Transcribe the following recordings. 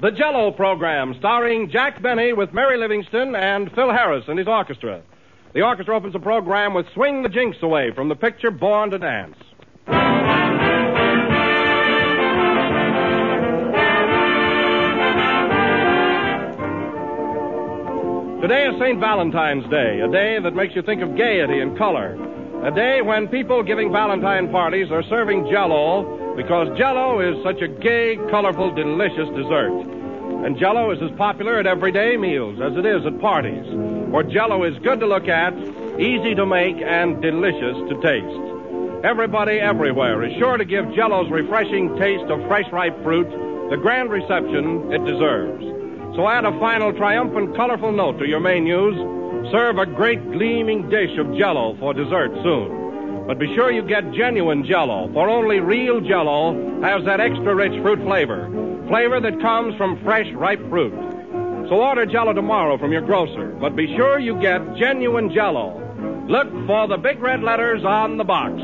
The Jello Program, starring Jack Benny with Mary Livingston and Phil Harris and his orchestra. The orchestra opens the program with Swing the Jinx Away from the picture Born to Dance. Today is St. Valentine's Day, a day that makes you think of gaiety and color. A day when people giving Valentine parties are serving Jello because Jello is such a gay, colorful, delicious dessert. And Jello is as popular at everyday meals as it is at parties. For Jello is good to look at, easy to make, and delicious to taste. Everybody everywhere is sure to give Jello's refreshing taste of fresh ripe fruit the grand reception it deserves. So add a final triumphant, colorful note to your menus. Serve a great gleaming dish of jello for dessert soon. But be sure you get genuine jello, for only real jello has that extra rich fruit flavor. Flavor that comes from fresh, ripe fruit. So order jello tomorrow from your grocer, but be sure you get genuine jello. Look for the big red letters on the box.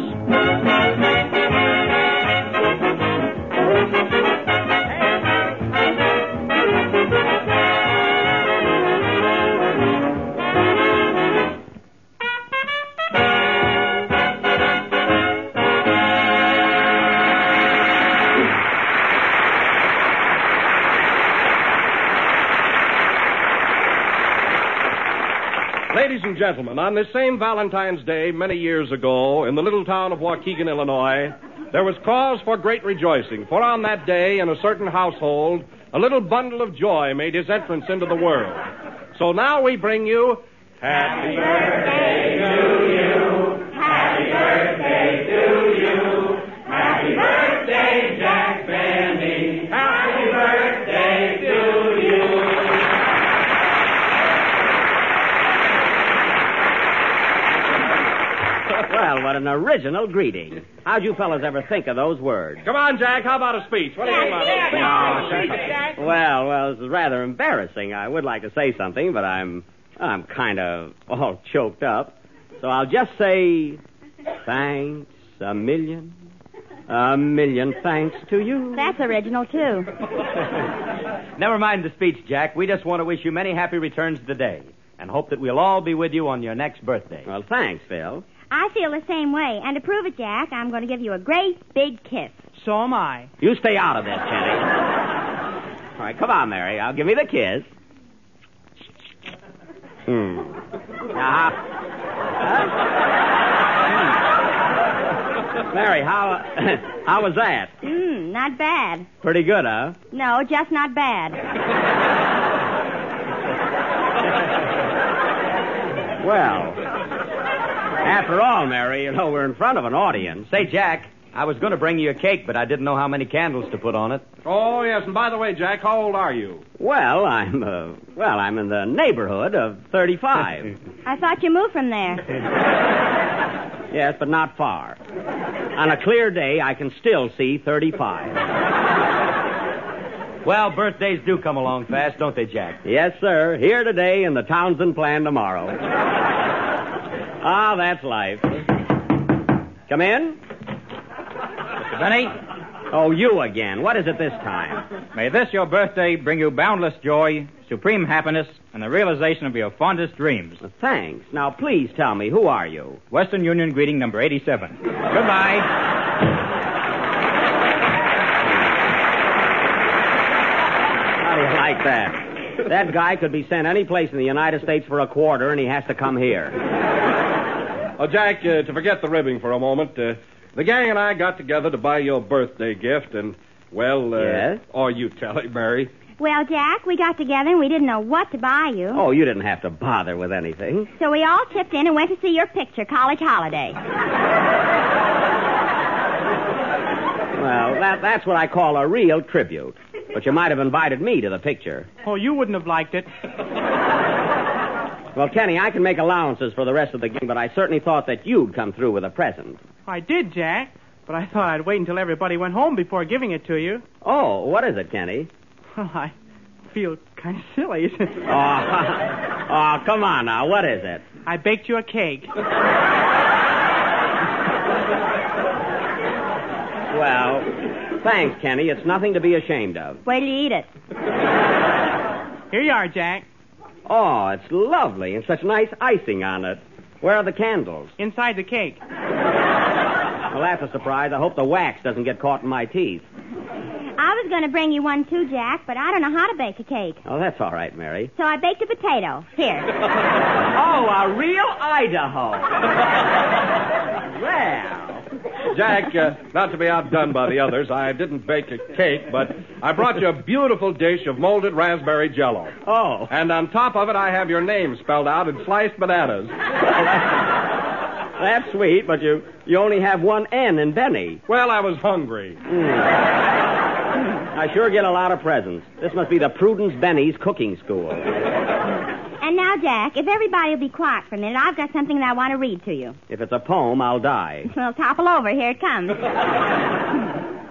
Ladies and gentlemen, on this same Valentine's Day many years ago, in the little town of Waukegan, Illinois, there was cause for great rejoicing, for on that day, in a certain household, a little bundle of joy made his entrance into the world. So now we bring you Happy Birthday to you. Happy birthday to you. Well, what an original greeting. How'd you fellas ever think of those words? Come on, Jack. How about a speech? What do you Oh, think about it? Well, well, this is rather embarrassing. I would like to say something, but I'm I'm kind of all choked up. So I'll just say thanks a million. A million thanks to you. That's original, too. Never mind the speech, Jack. We just want to wish you many happy returns of the day and hope that we'll all be with you on your next birthday. Well, thanks, Phil. I feel the same way. And to prove it, Jack, I'm going to give you a great big kiss. So am I. You stay out of this, Kenny. All right, come on, Mary. I'll give me the kiss. Hmm. Uh-huh. Now, huh? Hmm. Mary, how how was that? Mmm, not bad. Pretty good, huh? No, just not bad. Well, after all, Mary, you know we're in front of an audience. Say, Jack, I was going to bring you a cake, but I didn't know how many candles to put on it. Oh, yes. And by the way, Jack, how old are you? Well, I'm uh, well, I'm in the neighborhood of 35. I thought you moved from there. yes, but not far. On a clear day, I can still see 35. Well, birthdays do come along fast, don't they, Jack? Yes, sir. Here today and the Townsend plan tomorrow. ah, that's life. Come in. Benny, Oh, you again. What is it this time? may this your birthday bring you boundless joy, supreme happiness, and the realization of your fondest dreams. Thanks. Now, please tell me, who are you? Western Union greeting number 87. Goodbye. How do you like that? That guy could be sent any place in the United States for a quarter, and he has to come here. Oh, Jack, uh, to forget the ribbing for a moment, uh, the gang and I got together to buy you a birthday gift, and, well, uh, Yes? or you tell it, Mary. Well, Jack, we got together and we didn't know what to buy you. Oh, you didn't have to bother with anything. So we all tipped in and went to see your picture, College Holiday. Well, that, that's what I call a real tribute. But you might have invited me to the picture. Oh, you wouldn't have liked it. Well, Kenny, I can make allowances for the rest of the gang, but I certainly thought that you'd come through with a present. I did, Jack, but I thought I'd wait until everybody went home before giving it to you. Oh, what is it, Kenny? Well, I feel kind of silly. Oh, oh, come on now. What is it? I baked you a cake. Well, Thanks, Kenny. It's nothing to be ashamed of. Wait till you eat it. Here you are, Jack. Oh, it's lovely and such nice icing on it. Where are the candles? Inside the cake. Well, that's a surprise. I hope the wax doesn't get caught in my teeth. I was going to bring you one too, Jack, but I don't know how to bake a cake. Oh, that's all right, Mary. So I baked a potato. Here. Oh, a real Idaho. well, Jack, uh, not to be outdone by the others, I didn't bake a cake, but I brought you a beautiful dish of molded raspberry jello. oh, And on top of it, I have your name spelled out in sliced bananas. that's sweet, but you you only have one N in Benny. Well, I was hungry. I sure get a lot of presents. This must be the Prudence Benny's cooking school. And now, Jack, if everybody will be quiet for a minute, I've got something that I want to read to you. If it's a poem, I'll die. Well, topple over. Here it comes.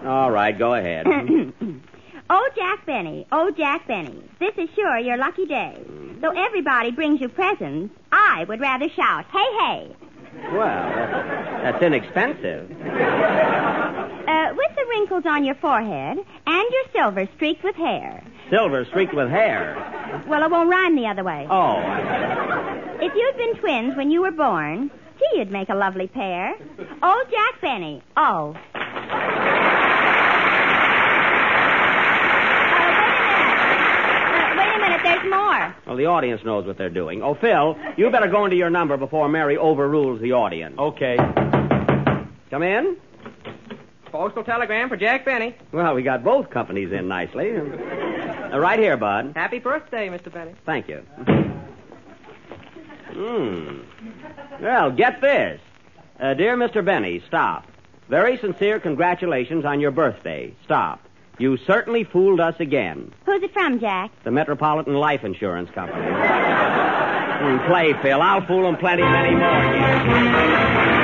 All right, go ahead. oh, Jack Benny, oh, Jack Benny, this is sure your lucky day. Though everybody brings you presents, I would rather shout, hey, hey. well, that's, that's inexpensive. Uh, with the wrinkles on your forehead and your silver streaked with hair. Silver streaked with hair. Well, it won't rhyme the other way. Oh, I- If you'd been twins when you were born, gee, you'd make a lovely pair. Oh, Jack Benny, oh. Uh, wait a minute. Uh, wait a minute, there's more. well, the audience knows what they're doing. Oh, Phil, you better go into your number before Mary overrules the audience. Okay. Come in. Postal telegram for Jack Benny. Well, we got both companies in nicely. Uh, right here, bud. Happy birthday, Mr. Benny. Thank you. Hmm. Well, get this. Uh, dear Mr. Benny, stop. Very sincere congratulations on your birthday. Stop. You certainly fooled us again. Who's it from, Jack? The Metropolitan Life Insurance Company. Mm, Play, Phil. I'll fool 'em plenty, many more.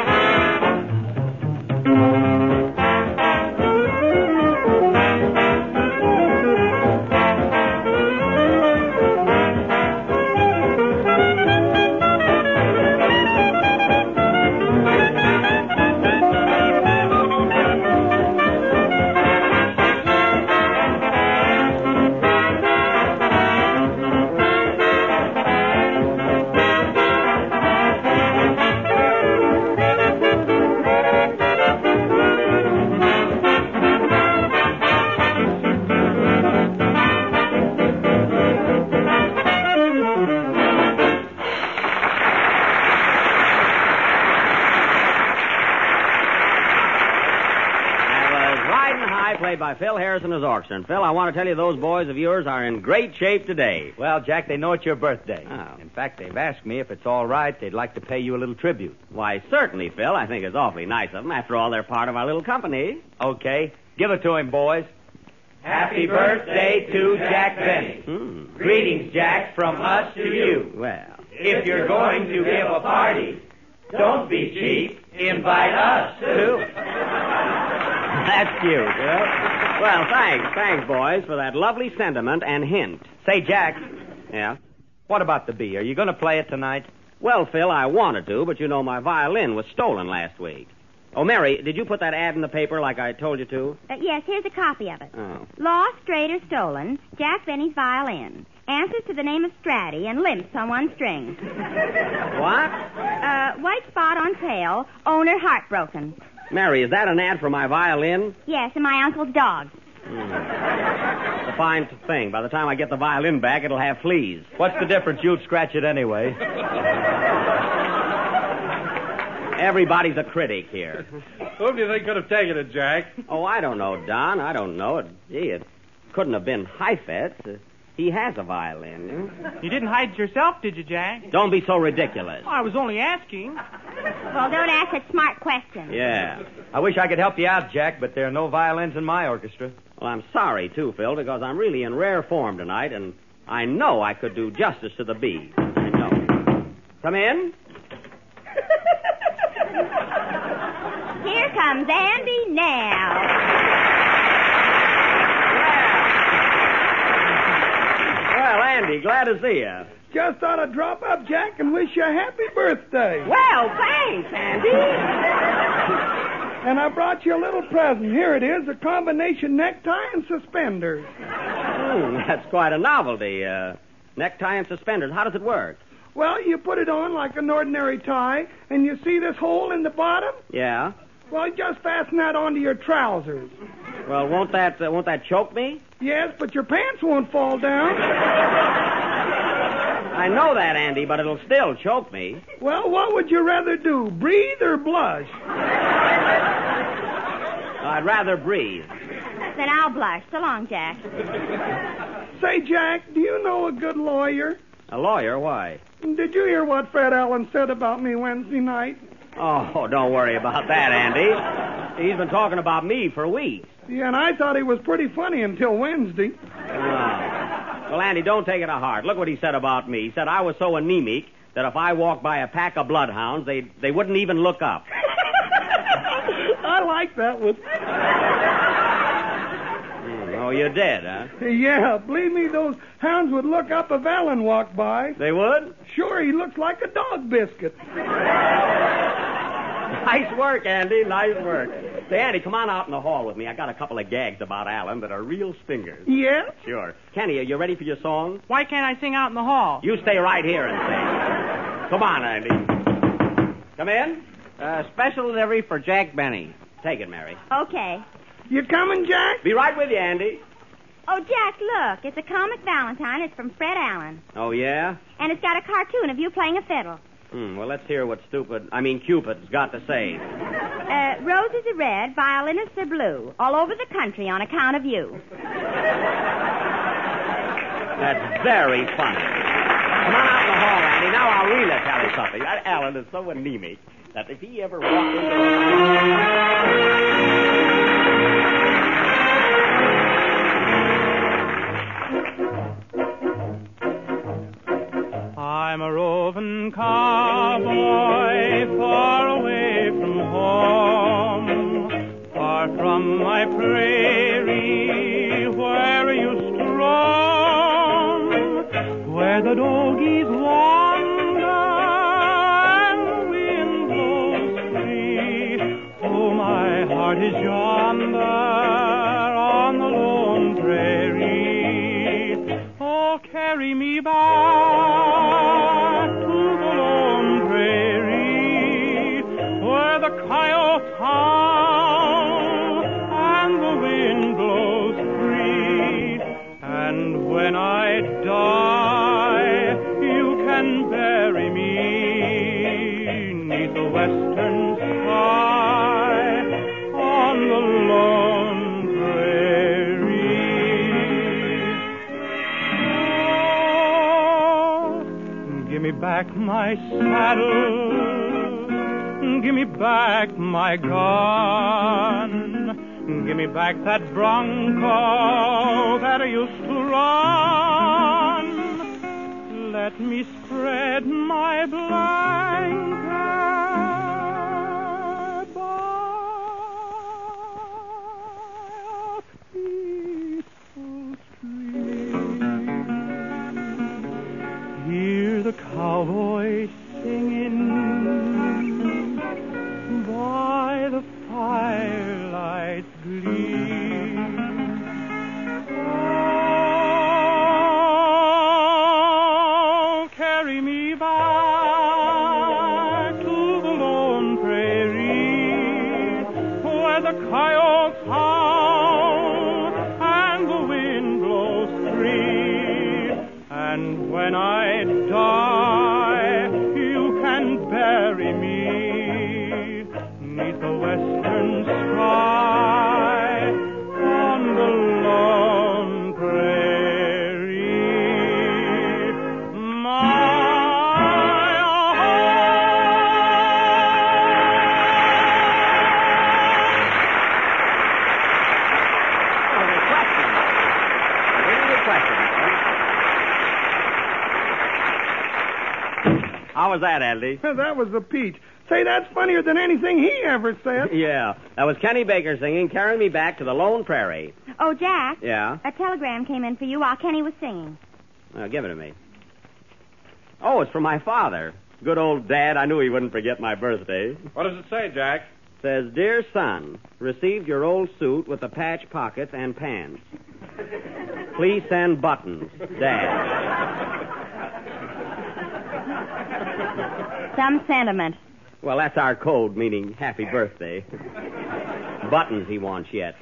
That Uh, was Riding High, played by Phil Harris and his orchestra. And Phil, I want to tell you those boys of yours are in great shape today. Well, Jack, they know it's your birthday. Oh. In fact, they've asked me if it's all right. They'd like to pay you a little tribute. Why, certainly, Phil. I think it's awfully nice of them. After all, they're part of our little company. Okay. Give it to him, boys. Happy birthday to Jack Benny. Hmm. Greetings, Jack, from us to you. Well, If you're going to give a party, don't be cheap. Invite us, too. that's cute. Huh? Well, thanks, thanks, boys, for that lovely sentiment and hint. Say, Jack, Yeah. what about the bee? Are you going to play it tonight? Well, Phil, I wanted to, but you know my violin was stolen last week. Oh, Mary, did you put that ad in the paper like I told you to? Uh, yes, here's a copy of it. Oh. Lost, strayed, or stolen, Jack Benny's violin. Answers to the name of Stratty and limps on one string. What? Uh, white spot on tail, owner heartbroken. Mary, is that an ad for my violin? Yes, and my uncle's dog. It's a fine thing. By the time I get the violin back, it'll have fleas. What's the difference? You'd scratch it anyway. Everybody's a critic here. Who do you think could have taken it, Jack? Oh, I don't know, Don. I don't know. It, gee, it couldn't have been Heifetz. Uh, He has a violin. You didn't hide it yourself, did you, Jack? Don't be so ridiculous. I was only asking. Well, don't ask such smart questions. Yeah. I wish I could help you out, Jack, but there are no violins in my orchestra. Well, I'm sorry, too, Phil, because I'm really in rare form tonight, and I know I could do justice to the bee. I know. Come in. Here comes Andy now. Well, Andy, glad to see you. Just ought to drop up, Jack, and wish you a happy birthday. Well, thanks, Andy. And I brought you a little present. Here it is a combination necktie and suspenders. that's quite a novelty. Uh, necktie and suspenders. How does it work? Well, you put it on like an ordinary tie, and you see this hole in the bottom? Yeah. Well, just fasten that onto your trousers. Well, won't that uh, won't that choke me? Yes, but your pants won't fall down. I know that, Andy, but it'll still choke me. Well, what would you rather do, breathe or blush? I'd rather breathe. Then I'll blush. So long, Jack. Say, Jack, do you know a good lawyer? A lawyer, why? Did you hear what Fred Allen said about me Wednesday night? Oh, don't worry about that, Andy. He's been talking about me for weeks. Yeah, and I thought he was pretty funny until Wednesday. Oh. Well, Andy, don't take it to heart. Look what he said about me. He said I was so anemic that if I walked by a pack of bloodhounds, they they wouldn't even look up. I like that one. Hmm, Oh, you did, huh? Yeah, believe me, those hounds would look up if Allen walked by. They would. Sure, he looks like a dog biscuit. Nice work, Andy. Nice work. Say, Andy, come on out in the hall with me. I got a couple of gags about Alan that are real stingers. Yeah? Sure. Kenny, are you ready for your song? Why can't I sing out in the hall? You stay right here and sing. Come on, Andy. Come in. Uh, special delivery for Jack Benny. Take it, Mary. Okay. You coming, Jack? Be right with you, Andy. Oh, Jack, look. It's a comic Valentine. It's from Fred Allen. Oh, yeah? And it's got a cartoon of you playing a fiddle. Hmm, well, let's hear what stupid, I mean, Cupid's got to say. Uh, roses are red, violinists are blue, all over the country on account of you. That's very funny. Come on out in the hall, Andy. Now I'll really tell you something. That Alan is so anemic that if he ever walked into... I'm a roving cowboy, far away from home, far from my prairie, where I used to roam, where the doggies wander and the wind blows free. Oh, my heart is yonder on the lone prairie. Oh, carry me back to the lone prairie where the coyotes howl and the wind blows free. And when I die, you can bury me neath the western sky on the lone prairie. Oh, give me back my saddle. Give me back my gun. Give me back that bronco that I used to run. Let me spread my blanket by a peaceful stream. Hear the cowboy singing by the firelight's gleam. Oh, carry me back ah, How was that, Andy? that was the peach. Say, that's funnier than anything he ever said. yeah. That was Kenny Baker singing Carry Me Back to the Lone Prairie. Oh, Jack, Yeah. a telegram came in for you while Kenny was singing. Uh, give it to me. Oh, it's from my father. Good old dad. I knew he wouldn't forget my birthday. What does it say, Jack? Says, Dear son, received your old suit with the patch pockets and pants. Please send buttons. Dad. Some sentiment. Well, that's our code, meaning happy birthday. buttons he wants yet.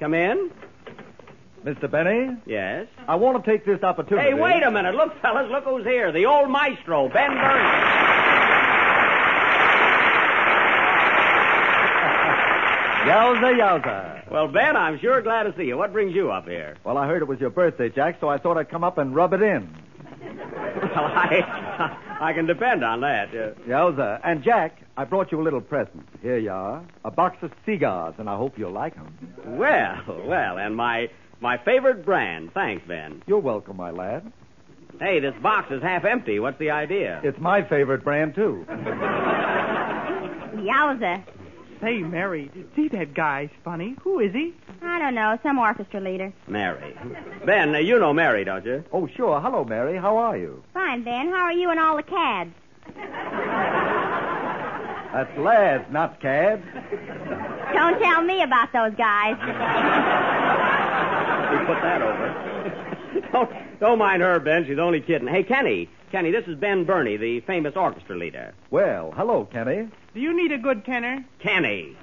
Come in? Mr. Benny, Yes. I want to take this opportunity. Hey, wait a minute. Look, fellas, look who's here. The old maestro, Ben Burns. Yowza, yowza. Well, Ben, I'm sure glad to see you. What brings you up here? Well, I heard it was your birthday, Jack, so I thought I'd come up and rub it in. Well, I, I can depend on that. Uh, Yowza. And, Jack, I brought you a little present. Here you are. A box of cigars, and I hope you'll like 'em. well, well, and my my favorite brand. Thanks, Ben. You're welcome, my lad. Hey, this box is half empty. What's the idea? It's my favorite brand, too. Yowza. Say, Mary, see that guy's funny. Who is he? I don't know, some orchestra leader. Mary. Ben, uh, you know Mary, don't you? Oh, sure. Hello, Mary. How are you? Fine, Ben. How are you and all the cads? That's lads, not cads. Don't tell me about those guys. We put that over. don't, don't mind her, Ben. She's only kidding. Hey, Kenny. Kenny, this is Ben Burney, the famous orchestra leader. Well, hello, Kenny. Do you need a good tenor? Kenny.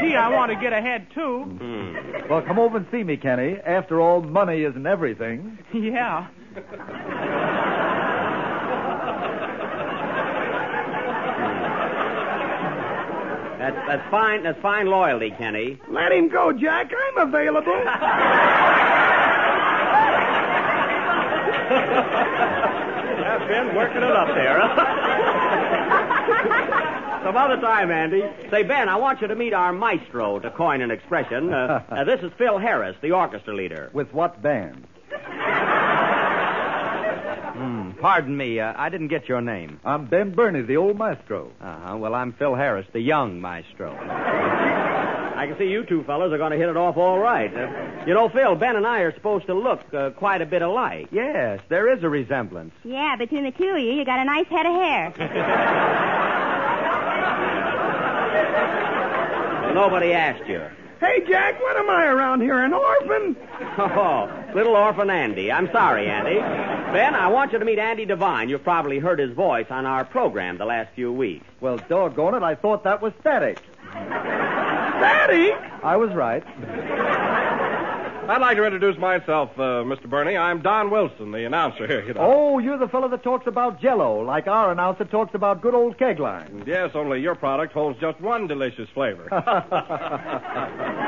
Gee, I want to get ahead, too. Hmm. Well, come over and see me, Kenny. After all, money isn't everything. Yeah. That's, that's fine. That's fine loyalty, Kenny. Let him go, Jack. I'm available. I've been working it up there. Some other time, Andy. Say, Ben, I want you to meet our maestro, to coin an expression. Uh, uh, this is Phil Harris, the orchestra leader. With what band? Pardon me, uh, I didn't get your name. I'm Ben Burney, the old maestro. Uh-huh. Well, I'm Phil Harris, the young maestro. I can see you two fellas are going to hit it off all right. Uh, you know, Phil, Ben and I are supposed to look uh, quite a bit alike. Yes, there is a resemblance. Yeah, between the two of you, you got a nice head of hair. Well, nobody asked you. hey, Jack, what am I around here? An orphan? Oh, little orphan Andy. I'm sorry, Andy. Ben, I want you to meet Andy Devine. You've probably heard his voice on our program the last few weeks. Well, doggone it, I thought that was static. Daddy? I was right. I'd like to introduce myself, uh, Mr. Burney. I'm Don Wilson, the announcer here. You know. Oh, you're the fellow that talks about Jello, like our announcer talks about good old Kegline. Yes, only your product holds just one delicious flavor.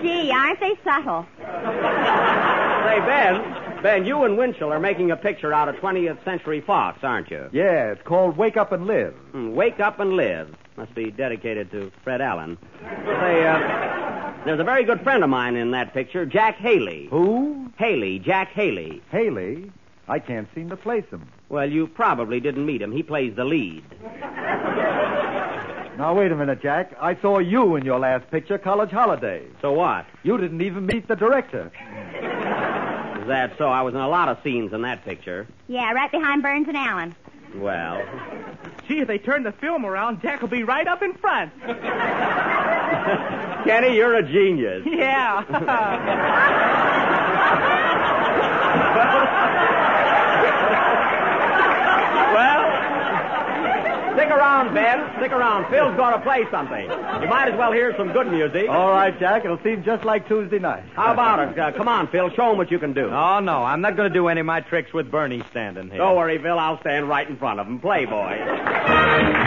Gee, aren't they subtle? Say, Ben, Ben, you and Winchell are making a picture out of 20th Century Fox, aren't you? Yeah, it's called Wake Up and Live. Hmm, Wake up and live. Must be dedicated to Fred Allen. Say, uh, there's a very good friend of mine in that picture, Jack Haley. Who? Haley, Jack Haley. Haley. I can't seem to place him. Well, you probably didn't meet him. He plays the lead. Now, wait a minute, Jack. I saw you in your last picture, College Holiday. So what? You didn't even meet the director. Is that so? I was in a lot of scenes in that picture. Yeah, right behind Burns and Allen. Well, Gee, if they turn the film around, Jack will be right up in front. Kenny, you're a genius. Yeah. Well, stick around, Ben. Stick around. Phil's going to play something. You might as well hear some good music. All right, Jack. It'll seem just like Tuesday night. How about it? Uh, come on, Phil. Show him what you can do. Oh, no, I'm not going to do any of my tricks with Bernie standing here. Don't worry, Phil. I'll stand right in front of him. Playboy.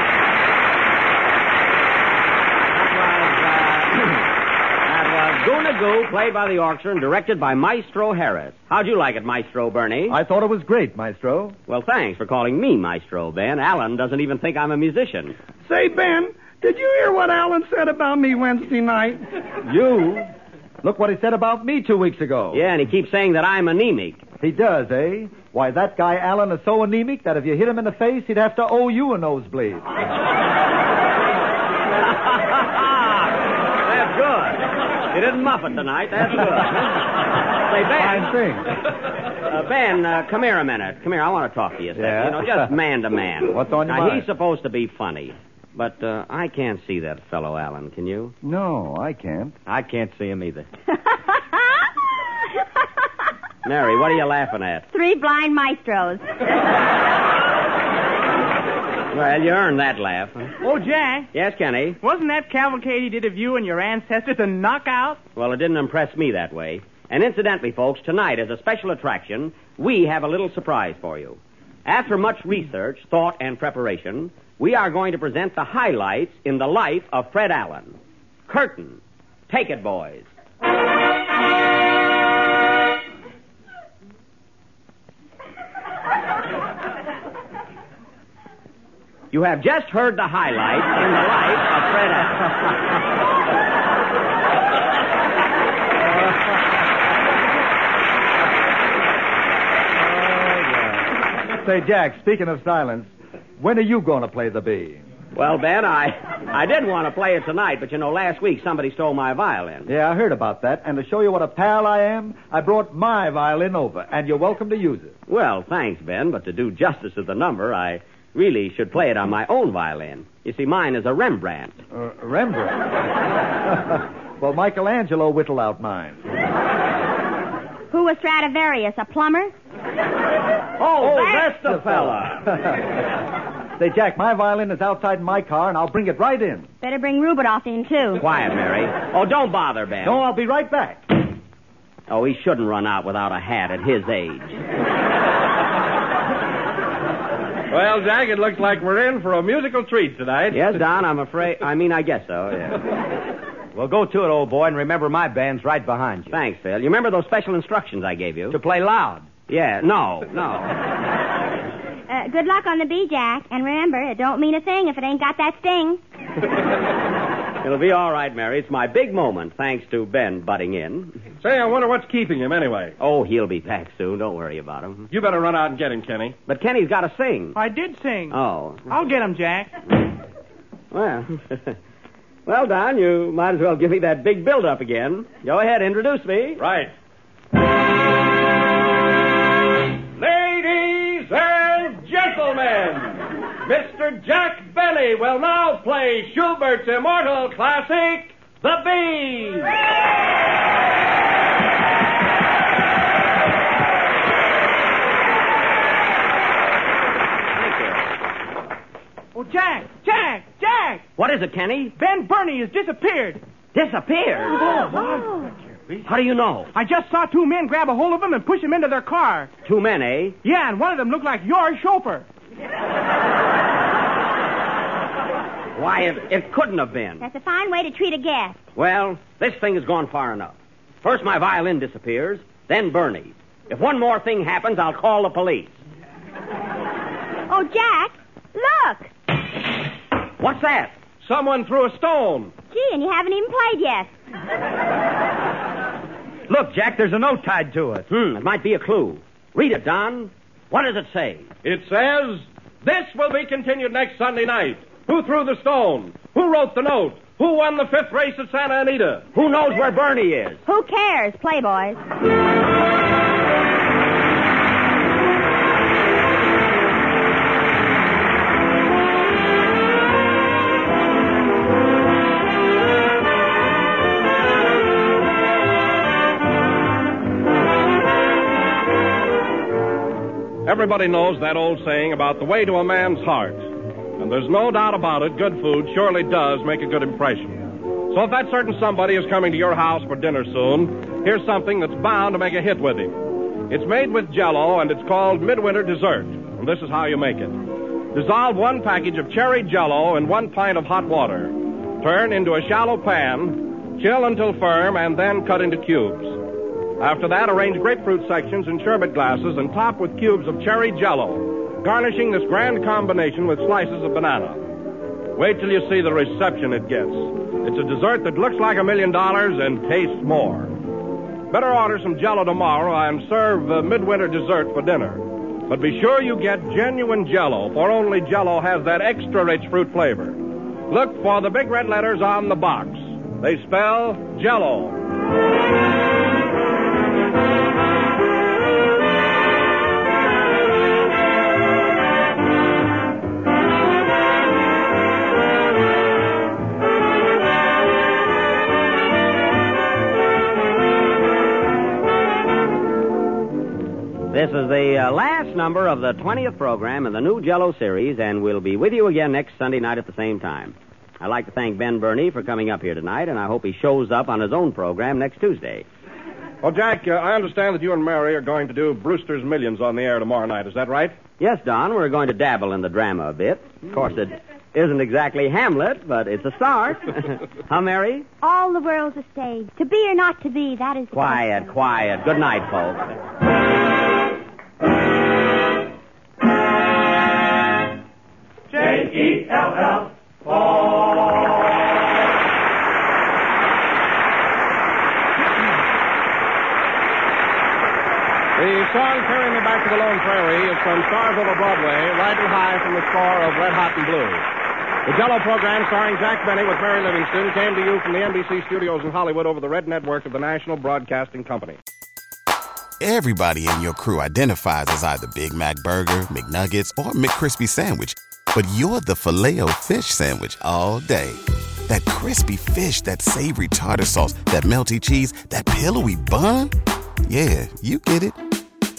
Magoo, uh, played by the orchestra and directed by Maestro Harris. How'd you like it, Maestro Bernie? I thought it was great, Maestro. Well, thanks for calling me Maestro, Ben. Alan doesn't even think I'm a musician. Oh, Say, Ben, did you hear what Alan said about me Wednesday night? You? Look what he said about me two weeks ago. Yeah, and he keeps saying that I'm anemic. He does, eh? Why, that guy Allen is so anemic that if you hit him in the face, he'd have to owe you a nosebleed. that's good. You didn't muff it tonight. That's good. Say, Ben. Fine thing. Uh, ben, uh, come here a minute. Come here. I want to talk to you. a second. Yeah? You know, just man to man. What's on your now, mind? he's supposed to be funny, but uh, I can't see that fellow, Alan. Can you? No, I can't. I can't see him either. Mary, what are you laughing at? Three blind maestros. Well, you earned that laugh. huh? Oh, Jack, Yes, Kenny. wasn't that cavalcade he did of you and your ancestors a knockout? Well, it didn't impress me that way. And incidentally, folks, tonight, as a special attraction, we have a little surprise for you. After much research, thought, and preparation, we are going to present the highlights in the life of Fred Allen. Curtain. Take it, boys. You have just heard the highlights in the life of Fred Allen. Say, Jack, speaking of silence, when are you going to play the bee? Well, Ben, I I did want to play it tonight, but you know, last week somebody stole my violin. Yeah, I heard about that. And to show you what a pal I am, I brought my violin over, and you're welcome to use it. Well, thanks, Ben, but to do justice to the number, I really should play it on my own violin. You see, mine is a Rembrandt. Uh, Rembrandt. well, Michelangelo whittle out mine. Who was Stradivarius? A plumber? Oh, that's, the fella. Say, Jack, my violin is outside my car, and I'll bring it right in. Better bring Rubidoff in, too. Quiet, Mary. Oh, don't bother, Ben. No, I'll be right back. Oh, he shouldn't run out without a hat at his age. Well, Jack, it looks like we're in for a musical treat tonight. Yes, Don, I'm afraid. I mean, I guess so, yeah. Well, go to it, old boy, and remember my band's right behind you. Thanks, Phil. You remember those special instructions I gave you? To play loud. Yeah, no, no. Uh, good luck on the bee, Jack. And remember, it don't mean a thing if it ain't got that sting. It'll be all right, Mary. It's my big moment, thanks to Ben butting in. Say, I wonder what's keeping him anyway. Oh, he'll be back soon. Don't worry about him. You better run out and get him, Kenny. But Kenny's got to sing. I did sing. Oh, I'll get him, Jack. well. well, Don, you might as well give me that big build up again. Go ahead, introduce me. Right. Ladies and gentlemen, Mr. Jack Benny will now play Schubert's immortal classic, The Bee. Oh, Jack, Jack, Jack! What is it, Kenny? Ben Burney has disappeared. Disappeared? Oh. How do you know? I just saw two men grab a hold of him and push him into their car. Two men, eh? Yeah, and one of them looked like your chauffeur. Why, it, it couldn't have been. That's a fine way to treat a guest. Well, this thing has gone far enough. First, my violin disappears, then Bernie's. If one more thing happens, I'll call the police. Oh, Jack, look! What's that? Someone threw a stone. Gee, and you haven't even played yet. Look, Jack, there's a note tied to it. It might be a clue. Read it, Don. What does it say? It says, This will be continued next Sunday night. Who threw the stone? Who wrote the note? Who won the fifth race at Santa Anita? Who knows where Bernie is? Who cares, playboys? Everybody knows that old saying about the way to a man's heart. And there's no doubt about it, good food surely does make a good impression. So if that certain somebody is coming to your house for dinner soon, here's something that's bound to make a hit with him. It's made with jello and it's called Midwinter Dessert. And this is how you make it. Dissolve one package of cherry jello in one pint of hot water. Turn into a shallow pan, Chill until firm and then cut into cubes. After that, arrange grapefruit sections in sherbet glasses and top with cubes of cherry jello, garnishing this grand combination with slices of banana. Wait till you see the reception it gets. It's a dessert that looks like a million dollars and tastes more. Better order some jello tomorrow and serve uh, midwinter dessert for dinner. But be sure you get genuine jello, for only jello has that extra rich fruit flavor. Look for the big red letters on the box. They spell jello. This is the uh, last number of the 20th program in the new Jello series, and we'll be with you again next Sunday night at the same time. I'd like to thank Ben Burney for coming up here tonight, and I hope he shows up on his own program next Tuesday. Well, Jack, uh, I understand that you and Mary are going to do Brewster's Millions on the air tomorrow night. Is that right? Yes, Don, we're going to dabble in the drama a bit. Of course, it isn't exactly Hamlet, but it's a start. huh, Mary? All the world's a stage. To be or not to be, that is the Quiet, quiet. Good night, folks. J-E-L-L. The song carrying me back to the Lone Prairie is from Stars Over Broadway, riding high from the score of Red Hot and Blue. The Jello program starring Jack Benny with Mary Livingston came to you from the NBC studios in Hollywood over the Red Network of the National Broadcasting Company. Everybody in your crew identifies as either Big Mac Burger, McNuggets, or McCrispy Sandwich. But you're the filet fish Sandwich all day. That crispy fish, that savory tartar sauce, that melty cheese, that pillowy bun. Yeah, you get it.